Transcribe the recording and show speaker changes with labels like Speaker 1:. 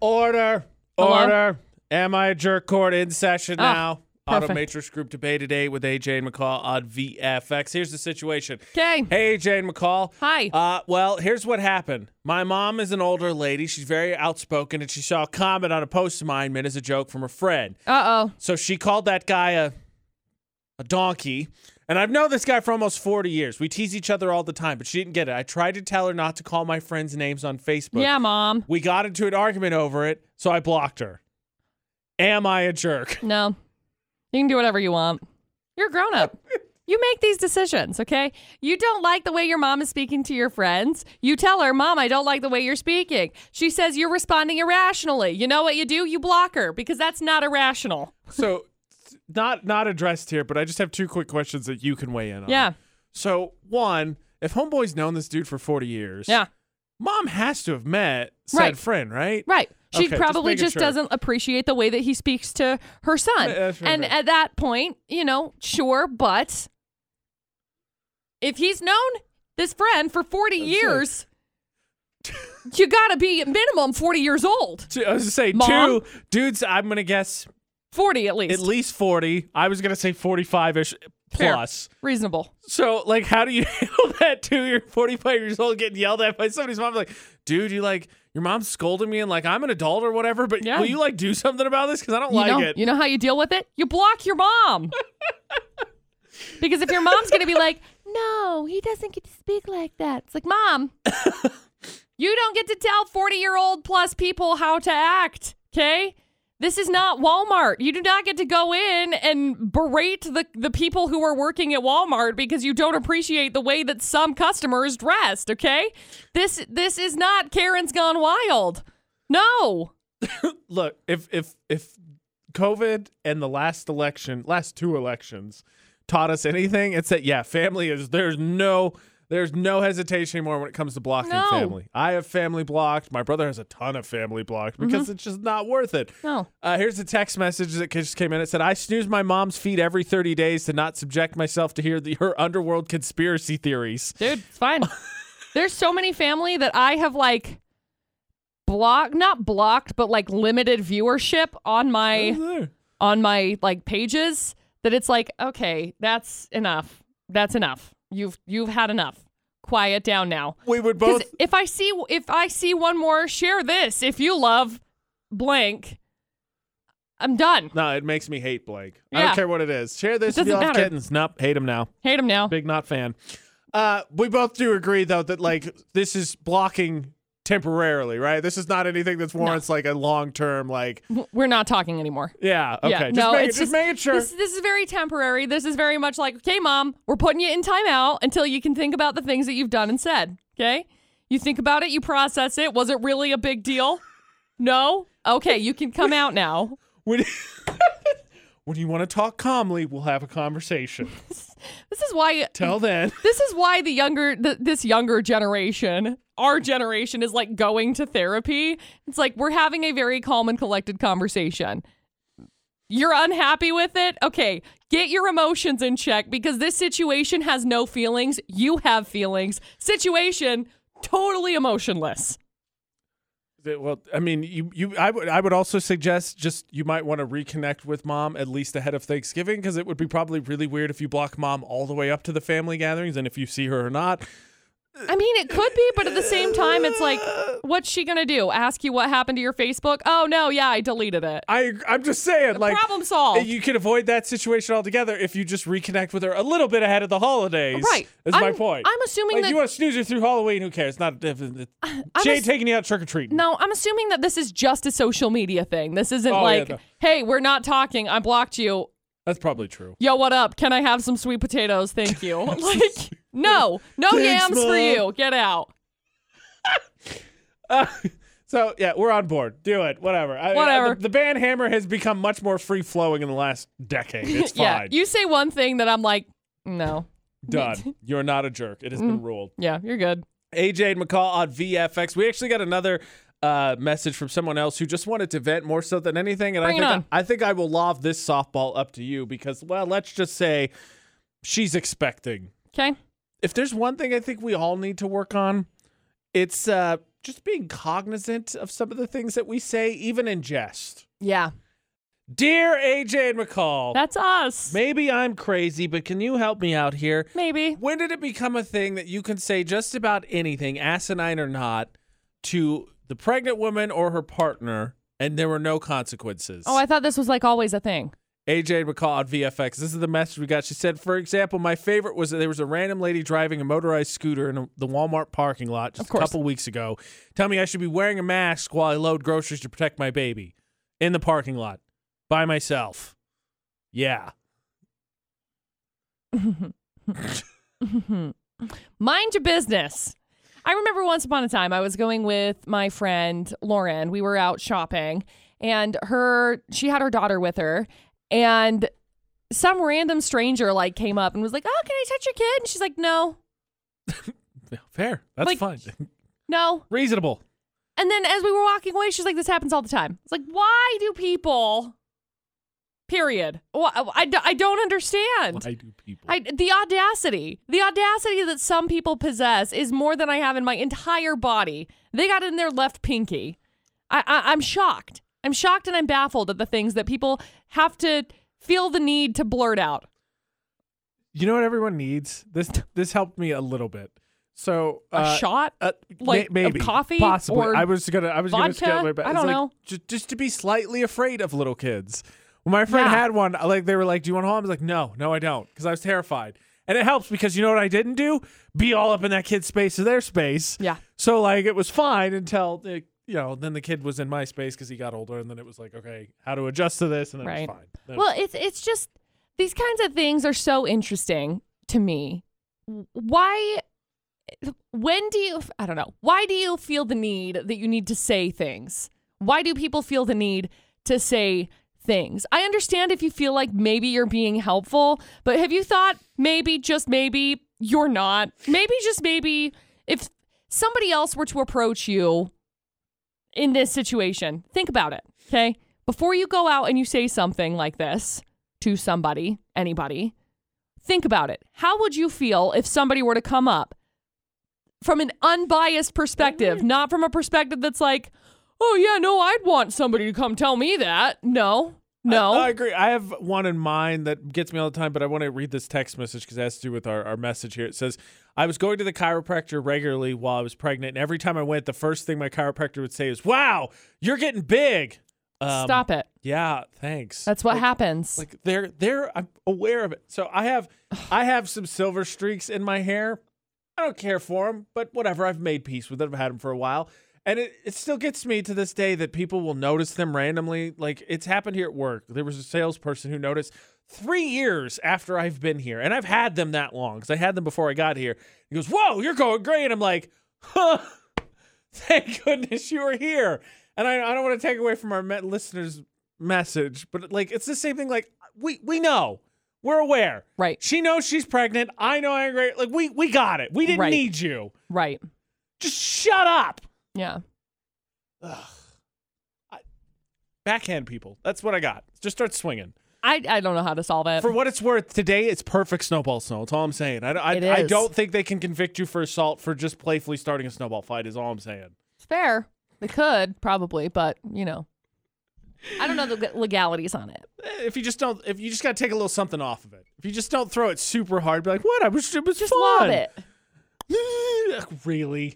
Speaker 1: Order.
Speaker 2: Hello?
Speaker 1: Order. Am I a jerk court in session
Speaker 2: Ah,
Speaker 1: now? Auto
Speaker 2: perfect.
Speaker 1: Matrix Group debate today with AJ and McCall on VFX. Here's the situation.
Speaker 2: Okay.
Speaker 1: Hey, AJ and McCall.
Speaker 2: Hi.
Speaker 1: Uh, well, here's what happened. My mom is an older lady. She's very outspoken, and she saw a comment on a post of mine meant as a joke from a friend.
Speaker 2: Uh oh.
Speaker 1: So she called that guy a a donkey. And I've known this guy for almost 40 years. We tease each other all the time, but she didn't get it. I tried to tell her not to call my friends' names on Facebook.
Speaker 2: Yeah, mom.
Speaker 1: We got into an argument over it, so I blocked her. Am I a jerk?
Speaker 2: No. You can do whatever you want. You're a grown up. You make these decisions, okay? You don't like the way your mom is speaking to your friends. You tell her, Mom, I don't like the way you're speaking. She says you're responding irrationally. You know what you do? You block her because that's not irrational.
Speaker 1: So not not addressed here, but I just have two quick questions that you can weigh in on.
Speaker 2: Yeah.
Speaker 1: So one, if homeboy's known this dude for 40 years,
Speaker 2: Yeah.
Speaker 1: mom has to have met said
Speaker 2: Right.
Speaker 1: friend, right?
Speaker 2: Right. She
Speaker 1: Okay, just
Speaker 2: probably
Speaker 1: making
Speaker 2: just
Speaker 1: sure.
Speaker 2: doesn't appreciate the way that he speaks to her son.
Speaker 1: Yeah, that's right,
Speaker 2: and
Speaker 1: right.
Speaker 2: at that point, you know, sure, but if he's known this friend for 40
Speaker 1: That's
Speaker 2: years, you got to be at minimum 40 years old.
Speaker 1: Two- I was gonna say
Speaker 2: Mom?
Speaker 1: two dudes. I'm gonna guess
Speaker 2: 40 at least.
Speaker 1: at least 40. I was gonna say 45 ish
Speaker 2: Fair.
Speaker 1: plus.
Speaker 2: Reasonable.
Speaker 1: So like, how do you handle that? Two, you're 45 years old, getting yelled at by somebody's mom. Like, dude, you like your mom scolded me, and like I'm an adult or whatever. But
Speaker 2: Yeah.
Speaker 1: will you like do something about this? Because I don't
Speaker 2: You
Speaker 1: like
Speaker 2: know,
Speaker 1: it.
Speaker 2: you know how you deal with it? You block your mom. because if your mom's going to be like, no, he doesn't get to speak like that. It's like, mom, you don't get to tell 40 year old plus people how to act, okay? This is not Walmart. You do not get to go in and berate the, the people who are working at Walmart because you don't appreciate the way that some customer is dressed, okay? This this is not Karen's Gone Wild. No.
Speaker 1: Look, if if if COVID and the last election, last two elections, taught us anything, it's that yeah, family is there's no. There's no hesitation anymore when it comes to blocking
Speaker 2: No.
Speaker 1: family. I have family blocked. My brother has a ton of family blocked because
Speaker 2: Mm-hmm.
Speaker 1: it's just not worth it.
Speaker 2: No.
Speaker 1: Uh, here's a text message that just came in. It said, "I snooze my mom's feet every 30 days to not subject myself to hear the, her underworld conspiracy theories."
Speaker 2: dude it's fine there's so many family that i have like blocked not blocked but like limited viewership on
Speaker 1: Mm-hmm.
Speaker 2: my on my like pages that it's like okay that's enough that's enough you've you've had enough quiet down now
Speaker 1: We would
Speaker 2: because
Speaker 1: both.
Speaker 2: if i see if i see one more share this if you love blank i'm done
Speaker 1: No, it makes me hate Blake. I
Speaker 2: Yeah.
Speaker 1: don't care what it is. Share this.
Speaker 2: It
Speaker 1: if you
Speaker 2: doesn't
Speaker 1: love
Speaker 2: matter.
Speaker 1: kittens. Nope, hate him now.
Speaker 2: hate him now
Speaker 1: Big not fan. Uh, we both do agree though that like this is blocking temporarily, right? This is not anything that's warrants like a long term like.
Speaker 2: W- we're not talking anymore
Speaker 1: Yeah. Okay.
Speaker 2: Yeah,
Speaker 1: just
Speaker 2: no,
Speaker 1: make,
Speaker 2: it's
Speaker 1: just, making sure.
Speaker 2: This, this is very temporary. This is very much like, okay, mom, we're putting you in timeout until you can think about the things that you've done and said. Okay, you think about it, you process it. Was it really a big deal? No. Okay, you can come out now.
Speaker 1: when, when you want to talk calmly, we'll have a conversation.
Speaker 2: This is why.
Speaker 1: Till then.
Speaker 2: This is why the younger, th- this younger generation, our generation, is like going to therapy. It's like we're having a very calm and collected conversation. You're unhappy with it? Okay, get your emotions in check because this situation has no feelings. You have feelings. Situation totally emotionless.
Speaker 1: That- Well, I mean, you, you, I would, I would also suggest just you might want to reconnect with mom at least ahead of Thanksgiving because it would be probably really weird if you block mom all the way up to the family gatherings and if you see her or not.
Speaker 2: I mean, it could be, but at the same time, it's like, what's she gonna do? Ask you what happened to your Facebook? Oh no, yeah, I deleted it.
Speaker 1: I, I'm just saying, like,
Speaker 2: Problem solved.
Speaker 1: you can avoid that situation altogether if you just reconnect with her a little bit ahead of the holidays.
Speaker 2: Right.
Speaker 1: is my
Speaker 2: I'm-
Speaker 1: point.
Speaker 2: I'm assuming
Speaker 1: like,
Speaker 2: that-
Speaker 1: you want to snooze her through Halloween? Who cares? Not if, if, she ain't
Speaker 2: ass-
Speaker 1: taking you out trick or treating.
Speaker 2: No, I'm assuming that this is just a social media thing. This isn't
Speaker 1: Oh, yeah,
Speaker 2: like,
Speaker 1: no.
Speaker 2: hey, we're not talking. I blocked you.
Speaker 1: That's probably true.
Speaker 2: Yo, what up? Can I have some sweet potatoes? Thank you. like, no, no
Speaker 1: Thanks,
Speaker 2: yams for
Speaker 1: Mom.
Speaker 2: you. Get out.
Speaker 1: So yeah, we're on board. Do it. Whatever. I- I-
Speaker 2: Whatever.
Speaker 1: the, the band Hammer has become much more free flowing in the last decade. It's
Speaker 2: Yeah,
Speaker 1: fine.
Speaker 2: you say one thing that I'm like, no.
Speaker 1: Done. You're not a jerk. It has been
Speaker 2: Mm.
Speaker 1: ruled.
Speaker 2: Yeah, you're good.
Speaker 1: AJ and McCall on VFX. We actually got another uh, message from someone else who just wanted to vent more so than anything. And
Speaker 2: Bring it
Speaker 1: I
Speaker 2: on.
Speaker 1: think I, think I will lob this softball up to you because well, let's just say she's expecting.
Speaker 2: Okay.
Speaker 1: If there's one thing I think we all need to work on, it's uh, just being cognizant of some of the things that we say, even in jest.
Speaker 2: Yeah.
Speaker 1: Dear AJ and McCall,
Speaker 2: That's us.
Speaker 1: maybe I'm crazy, but can you help me out here?
Speaker 2: Maybe.
Speaker 1: When did it become a thing that you can say just about anything, asinine or not, to the pregnant woman or her partner, and there were no consequences?
Speaker 2: Oh, I thought this was like always a thing.
Speaker 1: AJ McCall on VFX. This is the message we got. She said, for example, my favorite was that there was a random lady driving a motorized scooter in a, the Walmart parking lot
Speaker 2: Of
Speaker 1: just a
Speaker 2: course.
Speaker 1: couple weeks ago. Tell me I should be wearing a mask while I load groceries to protect my baby in the parking lot by myself. Yeah.
Speaker 2: Mind your business. I remember once upon a time I was going with my friend Lauren. We were out shopping and her she had her daughter with her and some random stranger like came up and was like, "Oh, can I touch your kid?" And she's like, "No."
Speaker 1: Yeah, Fair. That's
Speaker 2: Like-
Speaker 1: fine.
Speaker 2: No.
Speaker 1: Reasonable.
Speaker 2: And then as we were walking away, she's like, "This happens all the time." It's like, "Why do people period? Wh- I, I don't understand."
Speaker 1: Why do people?
Speaker 2: I, the audacity, the audacity that some people possess is more than I have in my entire body. They got in their left pinky. I, I, I'm shocked. I'm shocked and I'm baffled at the things that people have to feel the need to blurt out.
Speaker 1: you know what everyone needs? This this helped me a little bit. So
Speaker 2: A
Speaker 1: uh,
Speaker 2: shot.
Speaker 1: Uh,
Speaker 2: Like,
Speaker 1: may- maybe
Speaker 2: of coffee
Speaker 1: possibly.
Speaker 2: or
Speaker 1: I was gonna, I was gonna
Speaker 2: vodka?
Speaker 1: scale it, but
Speaker 2: I
Speaker 1: it's
Speaker 2: don't
Speaker 1: like,
Speaker 2: know.
Speaker 1: ju- Just, to be slightly afraid of little kids. When my friend
Speaker 2: Yeah.
Speaker 1: had one, uh, like they were like, "Do you want home?" I was like, "No, no, I don't," because I was terrified. And it helps because you know what I didn't do? Be all up in that kid's space or their space.
Speaker 2: Yeah.
Speaker 1: So like it was fine until it, you know. Then the kid was in my space because he got older, and then it was like, okay, how to adjust to this, and then
Speaker 2: Right.
Speaker 1: it was fine. Then it
Speaker 2: Well, it's it's just these kinds of things are so interesting to me. Why when do you I don't know. Why do you feel the need that you need to say things? Why do people feel the need to say things? I understand if you feel like maybe you're being helpful, but have you thought maybe just maybe you're not? Maybe just maybe if somebody else were to approach you in this situation. Think about it, okay? Before you go out and you say something like this to somebody, anybody, think about it. How would you feel if somebody were to come up from an unbiased perspective,
Speaker 1: Mm-hmm.
Speaker 2: not from a perspective that's like, oh, yeah, no, I'd want somebody to come tell me that. No, no.
Speaker 1: I, I agree. I have one in mind that gets me all the time, but I want to read this text message because it has to do with our, our message here. It says, I was going to the chiropractor regularly while I was pregnant, and every time I went, the first thing my chiropractor would say is, Wow, you're getting big. Um,
Speaker 2: Stop it.
Speaker 1: Yeah, thanks.
Speaker 2: That's what
Speaker 1: Like-
Speaker 2: happens.
Speaker 1: Like they're they're I'm aware of it. So I have I have some silver streaks in my hair. I don't care for them, but whatever. I've made peace with it. I've had them for a while, and it, it still gets me to this day that people will notice them randomly. Like it's happened here at work. There was a salesperson who noticed three years after I've been here, and I've had them that long because I had them before I got here. He goes, "Whoa, you're going great!" I'm like, "Huh." thank goodness you were here. And I, I don't want to take away from our met listeners' message, but like it's the same thing. Like we we know, we're aware.
Speaker 2: right,
Speaker 1: She knows she's pregnant. I know I'm great. Like we we got it. We didn't
Speaker 2: Right.
Speaker 1: need you.
Speaker 2: right.
Speaker 1: Just shut up.
Speaker 2: Yeah.
Speaker 1: Ugh. I, backhand people. That's what I got. Just start swinging.
Speaker 2: I, I don't know how to solve it.
Speaker 1: For what it's worth, today it's perfect snowball snow. That's all I'm saying. I, I,
Speaker 2: It
Speaker 1: I
Speaker 2: is.
Speaker 1: don't think they can convict you for assault for just playfully starting a snowball fight. Is all I'm saying.
Speaker 2: It's fair. They could probably, but you know, I don't know the legalities on it.
Speaker 1: Eh, if you just don't if you just got to take a little something off of it if you just don't throw it super hard be like what i was it was
Speaker 2: Just
Speaker 1: fun
Speaker 2: lob it.
Speaker 1: Ugh, really